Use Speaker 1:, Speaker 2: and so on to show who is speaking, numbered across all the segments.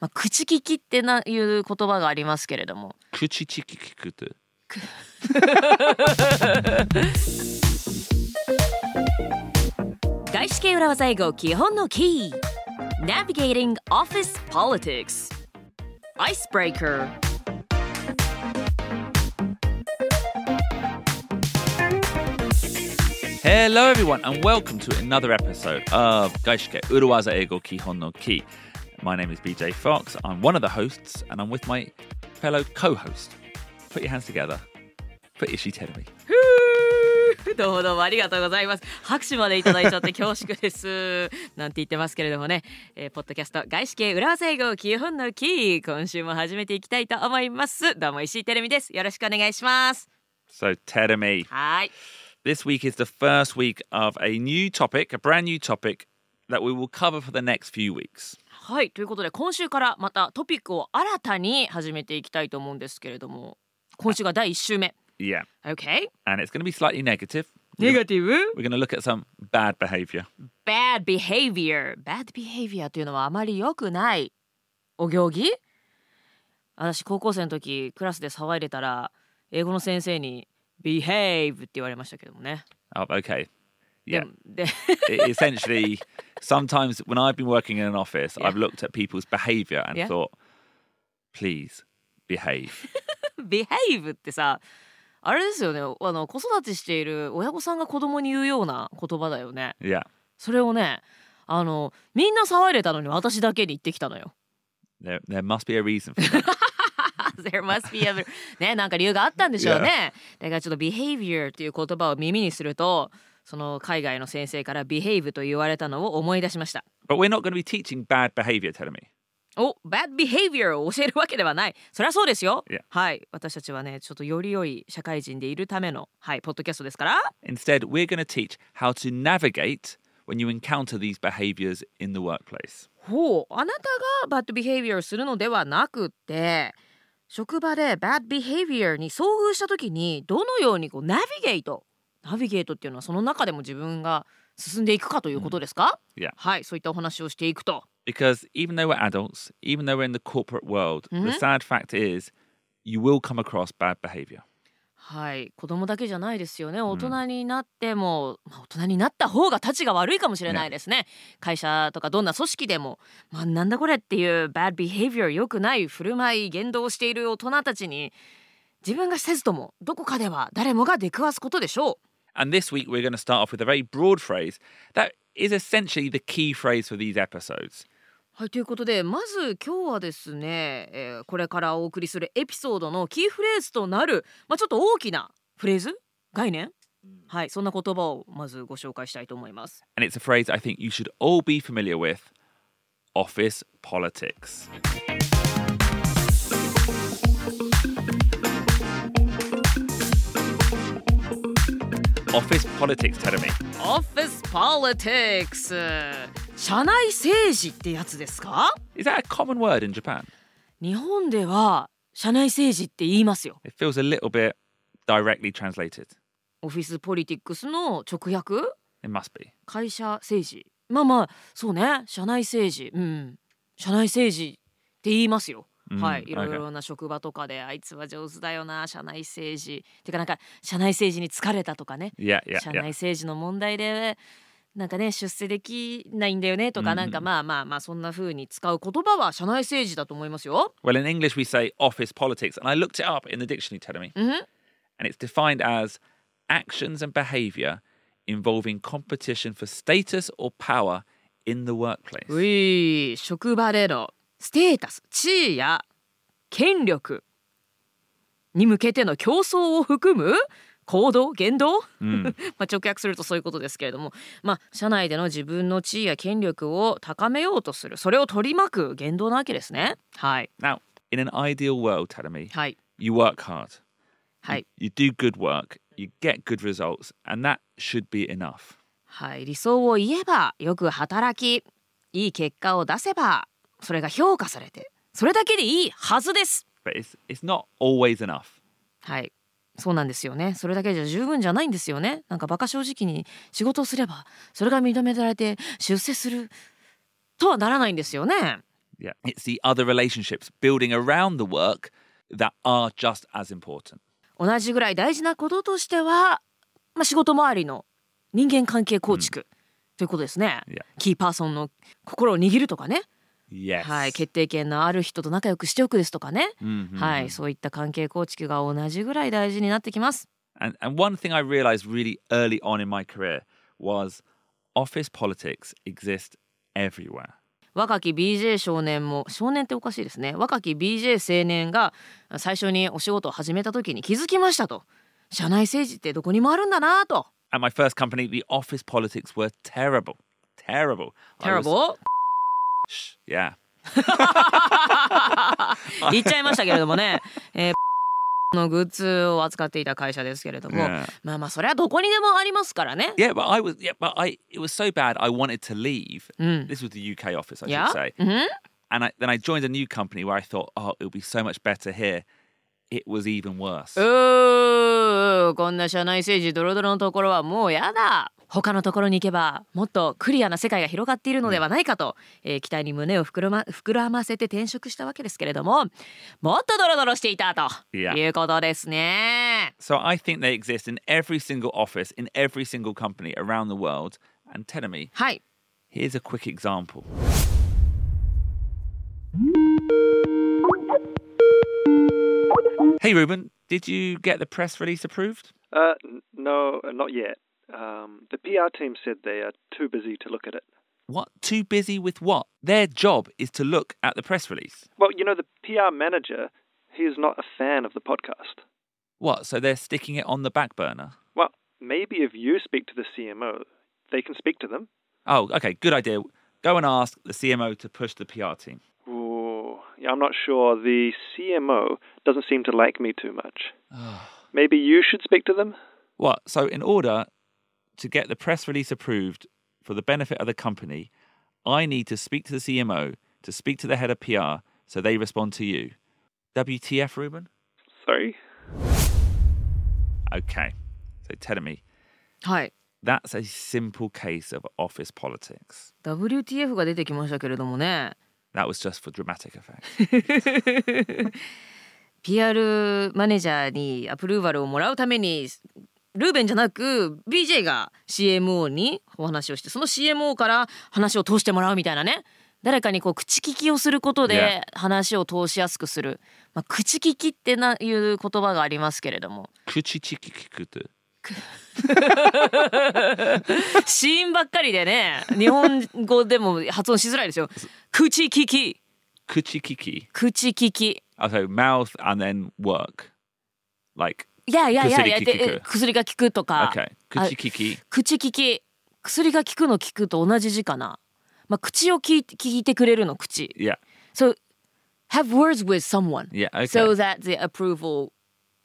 Speaker 1: まあ、口利きってないう言葉がありますけれども
Speaker 2: 口利き聞くって。
Speaker 1: 外資系裏技英語基本のキー Navigating Office Politics Icebreaker
Speaker 2: Hello everyone and welcome to another episode of Gaishike Uruwaza Ego Kihon no Ki. My name is BJ Fox. I'm one of the hosts and I'm with my fellow co-host. Put your hands together for Ishiterumi.
Speaker 1: ふうどうもどうもありがとうございます拍手までいただいちゃって恐縮です なんて言ってますけれどもね、えーポッドキャスト外資系裏技英語基本のキー今週も始めていきたいと思いますどうも石井テレミですよろしくお願いします
Speaker 2: So Terumi,
Speaker 1: はい
Speaker 2: this week is the first week of a new topic, a brand new topic that we will cover for the next few weeks.
Speaker 1: はいということで今週からまたトピックを新たに始めていきたいと思うんですけれども今週が第1週目
Speaker 2: Yeah.
Speaker 1: OK?
Speaker 2: And it's going to be slightly negative.
Speaker 1: ネガティブ
Speaker 2: We're going to look at some bad behavior.
Speaker 1: Bad behavior Bad behavior というのはあまり良くないお行儀私高校生の時クラスで騒いでたら英語の先生に Behave って言われましたけどもね
Speaker 2: Oh, okay.
Speaker 1: で
Speaker 2: Yeah.
Speaker 1: もで
Speaker 2: it, e-, essentially, sometimes when I've been working in an office,
Speaker 1: Yeah.
Speaker 2: I've looked at people's behaviour and
Speaker 1: Yeah.
Speaker 2: thought, please behave.
Speaker 1: Behave ってさあれですよねあの子育てしている親御さんが子供に言うような言葉だよね
Speaker 2: yeah.
Speaker 1: それをねあのみんな騒いでたのに私だけに言ってきたのよ。
Speaker 2: There, there must be a reason for that.
Speaker 1: There must be a- ねなんか理由があったんでしょうね。だからちょっと behavior っていう言葉を耳にするとその海外の先生から behave と言われたのを思い出しました。
Speaker 2: but we're not going to be teaching bad behaviour, telling me.
Speaker 1: お bad behavior を教えるわけではない。そりゃそうですよ。
Speaker 2: Yeah.
Speaker 1: はい私たちはねちょっとより良い社会人でいるためのはいポッドキャストですから。
Speaker 2: Instead, we're going to teach how to navigate when you encounter these behaviours in the workplace.
Speaker 1: ほうあなたが bad behavior をするのではなくって職場で bad behavior に遭遇した時にどのようにこうナビゲートナビゲートっていうのはその中でも自分が進んでいくかということですか、
Speaker 2: うんいや
Speaker 1: はいそういったお話をしていくと
Speaker 2: Because even though we're adults, even though we're in the corporate world, the
Speaker 1: Mm-hmm.
Speaker 2: sad fact is you will come across bad behaviour.
Speaker 1: はい子供だけじゃないですよね大人になっても、まあ、大人になった方がたちが悪いかもしれないですね会社とかどんな組織でも、まあ、なんだこれっていう bad behavior 良くない振る舞い言動をしている大人たちに自分がせずともどこかでは誰もが出くわすことでしょう
Speaker 2: And this week, we're going to start off with a very broad phrase that is essentially the key phrase for these episodes.
Speaker 1: はいということでまず今日はですね、えーこれからお送りするエピソードのキーフレーズとなる、まあ、ちょっと大きなフレーズ概念はいそんな言葉をまずご紹介したいと思います
Speaker 2: And it's a phrase I think you should all be familiar with office politics. オフィスポリティクス、テレミ。
Speaker 1: Office Politics 社内政治ってやつですか
Speaker 2: Is that a common word in Japan?
Speaker 1: 日本では社内政治って言いますよ
Speaker 2: It feels a little bit directly translated.
Speaker 1: オフィスポリティックスの直訳
Speaker 2: It must be.
Speaker 1: 会社政治まあまあそうね社内政治うん社内政治って言いますよ、
Speaker 2: うん
Speaker 1: はい
Speaker 2: okay
Speaker 1: いろいろな職場とかであいつは上手だよな社内政治てかなんか社内政治に疲れたとかね
Speaker 2: Yeah, yeah,
Speaker 1: 社
Speaker 2: yeah.
Speaker 1: 内政治の問題でなんかね出世できないんだよねとか、
Speaker 2: うん
Speaker 1: なんかまあまあまあそんな風に使う言葉は社内政治だと思いますよ。
Speaker 2: Well, in English, we say office politics, and I looked it up in the dictionary, Teremy,
Speaker 1: Mhm.
Speaker 2: and it's defined as actions and behaviour involving competition for status or power in the workplace.
Speaker 1: うい職場でのステータス地位や権力に向けての競争を含む行動言動、 まあ直訳するとそういうことですけれども、まあ、社内での自分の地位や権力を高めようとするそれを取り巻く言動なわけですね。はい、
Speaker 2: Now, in an ideal world, Teremy,
Speaker 1: はい、
Speaker 2: you work hard,
Speaker 1: はい
Speaker 2: you do good work, you get good results, and that should be enough.
Speaker 1: はい、理想を言えばよく働きいい結果を出せばそれが評価されてそれだけでいいはずです
Speaker 2: But it's it's not always enough.
Speaker 1: はいそうなんですよねそれだけじゃ十分じゃないんですよねなんかバカ正直に仕事をすればそれが認められて出世するとはならないんですよね
Speaker 2: Yeah. It's the other relationships building around the work that are just as important.
Speaker 1: 同じぐらい大事なこととしては、まあ、仕事周りの人間関係構築、ということですね。
Speaker 2: Yeah.
Speaker 1: キーパーソンの心を握るとかね、
Speaker 2: Yes.
Speaker 1: はい、決定権のある人と仲良くしておくですとかね、
Speaker 2: Mhm.
Speaker 1: はい、そういった関係構築が同じぐらい大事になってきます。
Speaker 2: And and one thing I realized really early on in my career was office politics exist everywhere.
Speaker 1: 若き BJ 少年も少年っておかしいですね若き BJ 青年が最初にお仕事を始めた時に気づきましたと社内政治ってどこにもあるんだなと
Speaker 2: At my first company, the office politics were terrible. Terrible. I was-
Speaker 1: terrible
Speaker 2: Shh, yeah.
Speaker 1: 言っちゃいましたけれどもね、 えーのグッズを扱っていた会社ですけれども、
Speaker 2: Yeah.
Speaker 1: まあまあそれはどこにでもありますからね
Speaker 2: Yeah, but I was yeah, but I it was so bad I wanted to leave. This was the UK office,
Speaker 1: Mm.
Speaker 2: I
Speaker 1: Yeah. mm-hmm.
Speaker 2: should say.
Speaker 1: うん、
Speaker 2: And I, then I joined a new company where I thought, oh, it'll be so much better here. It was even worse.
Speaker 1: うーこんな社内政治ドロドロのところはもうやだ他のところに行けばもっとクリアな世界が広がっているのではないかと、えー期待に胸を膨ら,、ま、膨らませて転職したわけですけれどももっとドロドロしていたと
Speaker 2: いや
Speaker 1: いうことですね。
Speaker 2: So I think they exist in every single office, in every single company around the world. And Tenemy,
Speaker 1: はい、
Speaker 2: here's a quick example. Hey, Ruben, did you get the press release approved?
Speaker 3: Uh, n- no, not yet. Um, the PR team said they are too busy to look at it.
Speaker 2: What? Too busy with what? Their job is to look at the press release.
Speaker 3: Well, you know, the PR manager, he is not a fan of the podcast.
Speaker 2: What? So they're sticking it on the back burner?
Speaker 3: Well, maybe if you speak to the CMO, they can speak to them.
Speaker 2: Oh, okay, good idea. Go and ask the CMO to push the PR team.
Speaker 3: Ooh, yeah, I'm not sure. The CMO doesn't seem to like me too much. maybe you should speak to them?
Speaker 2: What? So, in order to get the press release approved for the benefit of the company, I need to speak to the CMO, to speak to the head of PR, so they respond to you. WTF, Ruben?
Speaker 3: Sorry.
Speaker 2: Okay. So, tell me,
Speaker 1: はい、
Speaker 2: that's a simple case of office politics.
Speaker 1: WTF が出てきましたけれどもね
Speaker 2: That was just for dramatic effect.
Speaker 1: PR マネージャーにアプローバルをもらうためにルーベンじゃなく BJ が CMO にお話をしてその CMO から話を通してもらうみたいなね誰かにこう口利きをすることで話を通しやすくする、まあ、口利きってないう言葉がありますけれど も
Speaker 2: Kuchichikikutu.
Speaker 1: 子音ばっかりでね日本語でも発音しづらい ですよ口利き
Speaker 2: Kuchikiki.
Speaker 1: 口利き
Speaker 2: Oh, so mouth and then work. Like,
Speaker 1: いやいやいやいや
Speaker 2: 薬効く
Speaker 1: で薬が効くとか
Speaker 2: okay.
Speaker 1: あ
Speaker 2: Kuchikiki.
Speaker 1: 口利き薬が効くの効くと同じ字かな、まあ、口を聞い聞いてくれるの口
Speaker 2: Yeah.
Speaker 1: So have words with someone
Speaker 2: Yeah. Okay.
Speaker 1: so that the approval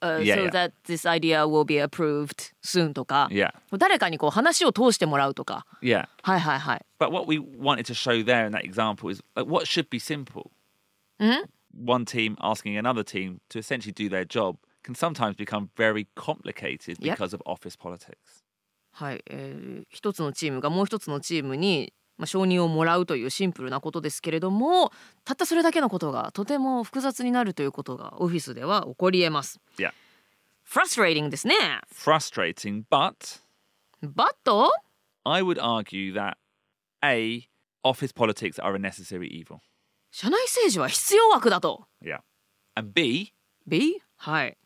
Speaker 1: uh,
Speaker 2: Yeah,
Speaker 1: so
Speaker 2: yeah.
Speaker 1: that this idea will be approved soon とか
Speaker 2: yeah.
Speaker 1: 誰かにこう話を通してもらうとか
Speaker 2: Yeah.
Speaker 1: はいはいはい
Speaker 2: But what we wanted to show there in that example is like what should be simple.
Speaker 1: Mm-hmm.
Speaker 2: One team asking another team to essentially do their job can sometimes become very complicated
Speaker 1: Yep.
Speaker 2: because of office politics.
Speaker 1: はい、えー一つのチームがもう一つのチームに、まあ、承認をもらうというシンプルなことですけれどもたったそれだけのことがとても複雑になるということがオフィスでは起こりえます。
Speaker 2: Yeah.
Speaker 1: Frustrating ですね。
Speaker 2: Frustrating, but
Speaker 1: バット
Speaker 2: I would argue that A, office politics are a necessary evil.
Speaker 1: 社内政治は必要悪だと。
Speaker 2: Yeah. And B,
Speaker 1: B? はい。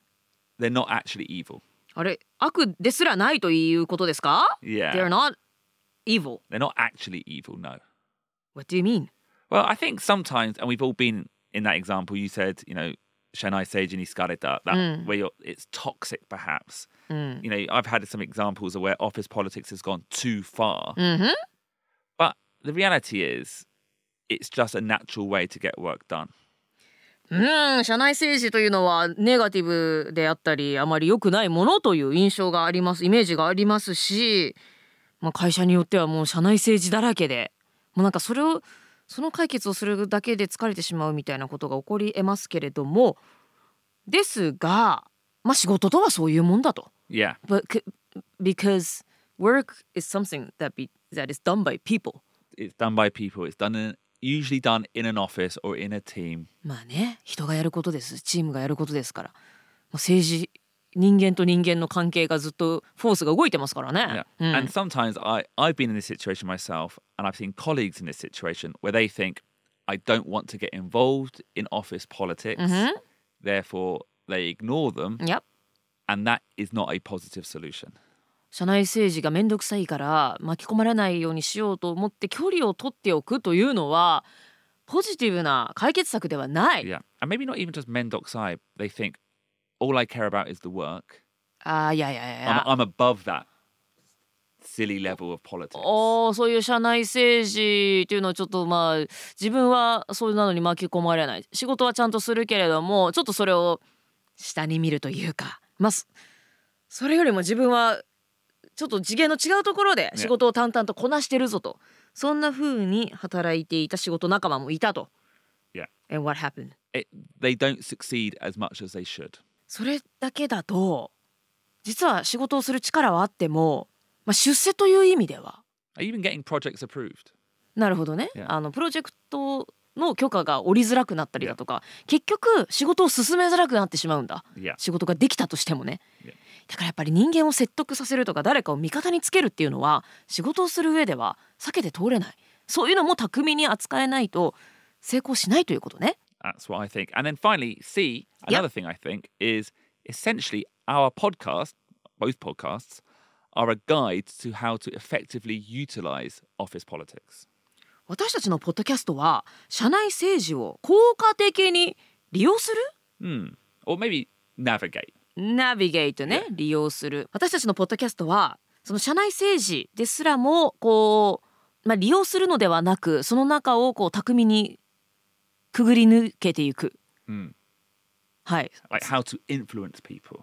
Speaker 2: they're not actually evil.
Speaker 1: あれ悪ですらないということですか
Speaker 2: Yeah.
Speaker 1: ?They're not evil.
Speaker 2: They're not actually evil, no.
Speaker 1: What do you mean?
Speaker 2: Well, I think sometimes, and we've all been in that example. You said, you know, Shanai Seiji ni Skareta, that where you're, it's toxic, perhaps. You know, I've had some examples of where office politics has gone too far.
Speaker 1: Mm.
Speaker 2: But the reality is, it's just a natural way to get work done.
Speaker 1: うーん社内政治というのはネガティブであったりあまり良くないものという印象がありますイメージがありますし、まあ、会社によってはもう社内政治だらけでもうなんかそれをその解決をするだけで疲れてしまうみたいなことが起こりえますけれどもですが、まあ、仕事とはそういうもんだと。
Speaker 2: Yeah.
Speaker 1: But, c- because work is something that, be, that is done by people.
Speaker 2: It's done by people, it's done in, usually done in an office or in a team.
Speaker 1: まあね人がやることですチームがやることですからもう政治人間と人間の関係がずっとフォースが動いてますからね。うん
Speaker 2: And sometimes I, I've been in this situation myself, and I've seen colleagues in this situation where they think, I don't want to get involved in office politics. Therefore, they ignore them.
Speaker 1: Yep.
Speaker 2: And that is not a positive solution.
Speaker 1: 社内政治が面倒くさいから巻き込まれないようにしようと思って距離を取っておくというのはポジティブな解決策ではない。
Speaker 2: Yeah. And maybe not even just mendoxai. They think, all I care about is the work.
Speaker 1: ああいやいやい
Speaker 2: I'm,
Speaker 1: や。
Speaker 2: I'm above that silly level of politics.
Speaker 1: おーそういう社内政治っていうのはちょっとまあ自分はそういうなのに巻き込まれない仕事はちゃんとするけれどもちょっとそれを下に見るというかまあそそれよりも自分はちょっと次元の違うところで仕事を淡々とこなしてるぞと、そんな風に働いていた仕事仲間もいたと。
Speaker 2: Yeah.
Speaker 1: And what happened?
Speaker 2: It, they don't succeed as much as they should.
Speaker 1: それだけだと実は仕事をする力はあっても、まあ、出世という意味では
Speaker 2: Even getting projects approved.
Speaker 1: なるほどね、
Speaker 2: Yeah.
Speaker 1: あのプロジェクトの許可が下りづらくなったりだとか、結局仕事を進めづらくなってしまうんだ
Speaker 2: Yeah.
Speaker 1: 仕事ができたとしてもね、
Speaker 2: Yeah.
Speaker 1: だからやっぱり人間を説得させるとか誰かを味方につけるっていうのは仕事をする上では避けて通れないそういうのも巧みに扱えないと成功しないということね
Speaker 2: That's what I think. And then finally, C, another thing I think is essentially our podcast, both podcasts, are a guide to how to effectively utilize office politics.
Speaker 1: 私たちのポッドキャストは社内政治を効果的に利用する
Speaker 2: Hmm. Or maybe navigate.
Speaker 1: ナビゲートね、利用する私たちのポッドキャストはその社内政治ですらもこう、まあ、利用するのではなくその中をこう巧みにくぐり抜けていく、
Speaker 2: うん
Speaker 1: はい、
Speaker 2: Like how to influence people,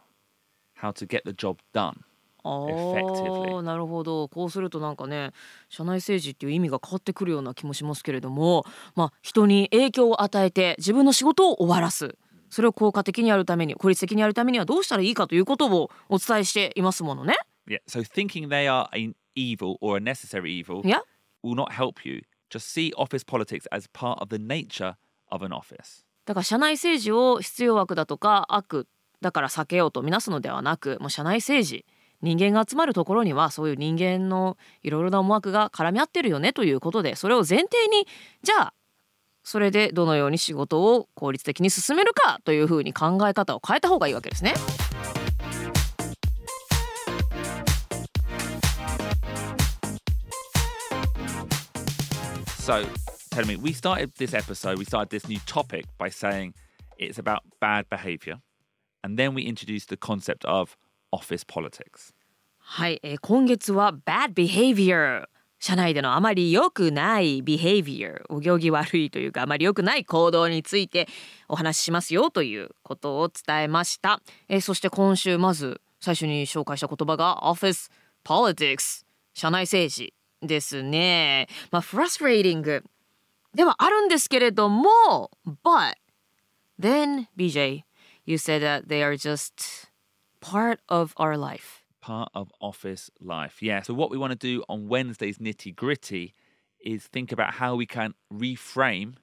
Speaker 2: how to get the job done.
Speaker 1: ああ
Speaker 2: Effectively.
Speaker 1: ーなるほどこうするとなんかね社内政治っていう意味が変わってくるような気もしますけれども、まあ、人に影響を与えて自分の仕事を終わらすそれを効果的にやるために効率的にやるためにはどうしたらいいかということをお伝えしていますものね。
Speaker 2: Yeah. So thinking they are an evil or a necessary evil
Speaker 1: いや
Speaker 2: will not help you. Just see office politics as part of the nature of an office.
Speaker 1: だから社内政治を必要悪だとか悪だから避けようとみなすのではなくもう社内政治人間が集まるところにはそういう人間のいろいろな思惑が絡み合ってるよねということでそれを前提にじゃあそれでどのように仕事を効率的に進めるかというふうに考え方を変えた方がいいわけですね。
Speaker 2: So, tell me, we started this episode, we started this new topic by saying it's about bad behavior. And then we introduced the concept of office politics.
Speaker 1: はい、えー今月は bad behavior 社内でのあまり良くない behavior お行儀悪いというかあまり良くない行動についてお話ししますよということを伝えました、えーそして今週まず最初に紹介した言葉が office politics 社内政治ですねまあ frustrating ではあるんですけれども but then BJ you said that they are just part of our life
Speaker 2: Part of office life. Yeah. So, what we want to do on Wednesday's nitty gritty is think about how we can reframe,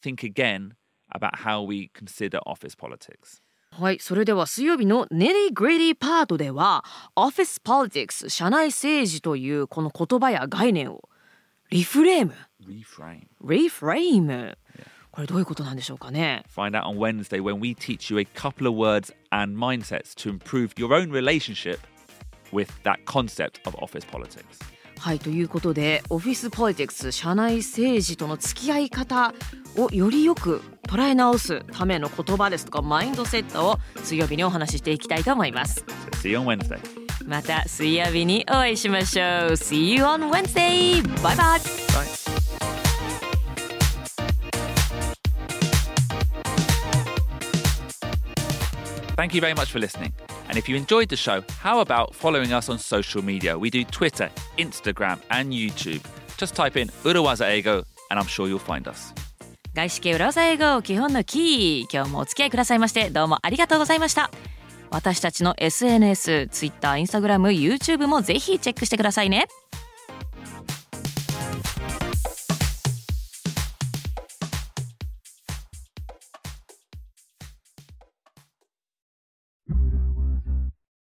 Speaker 2: think again about how we consider office politics.
Speaker 1: はい、それでは水曜日のネリー・グリディパートではオフィス・ポリティクス社内政治というこの言葉や概念をリフレーム
Speaker 2: Reframe.
Speaker 1: リフレームこれどういうことなんでしょうかね
Speaker 2: Find out on Wednesday when we teach you a couple of words and mindsets to improve your own relationship with that concept of office politics.
Speaker 1: はいということでオフィス・ポリティクス社内政治との付き合い方をよりよく捉え直すための言葉ですとかマインドセットを水曜日にお話ししていきたいと思います
Speaker 2: So see you on Wednesday.
Speaker 1: また水曜日にお会いしましょう See you on Wednesday! バイバイ
Speaker 2: Bye. Thank you very much for listening. And if you enjoyed the show, how about following us on social media? We do Twitter, Instagram, and YouTube. Just type in Uruwaza Ego, and I'm sure you'll find us.
Speaker 1: 外資系裏技英語基本のキー今日もお付き合いくださいましてどうもありがとうございました私たちの SNS、Twitter、Instagram、YouTube もぜひチェックしてくださいね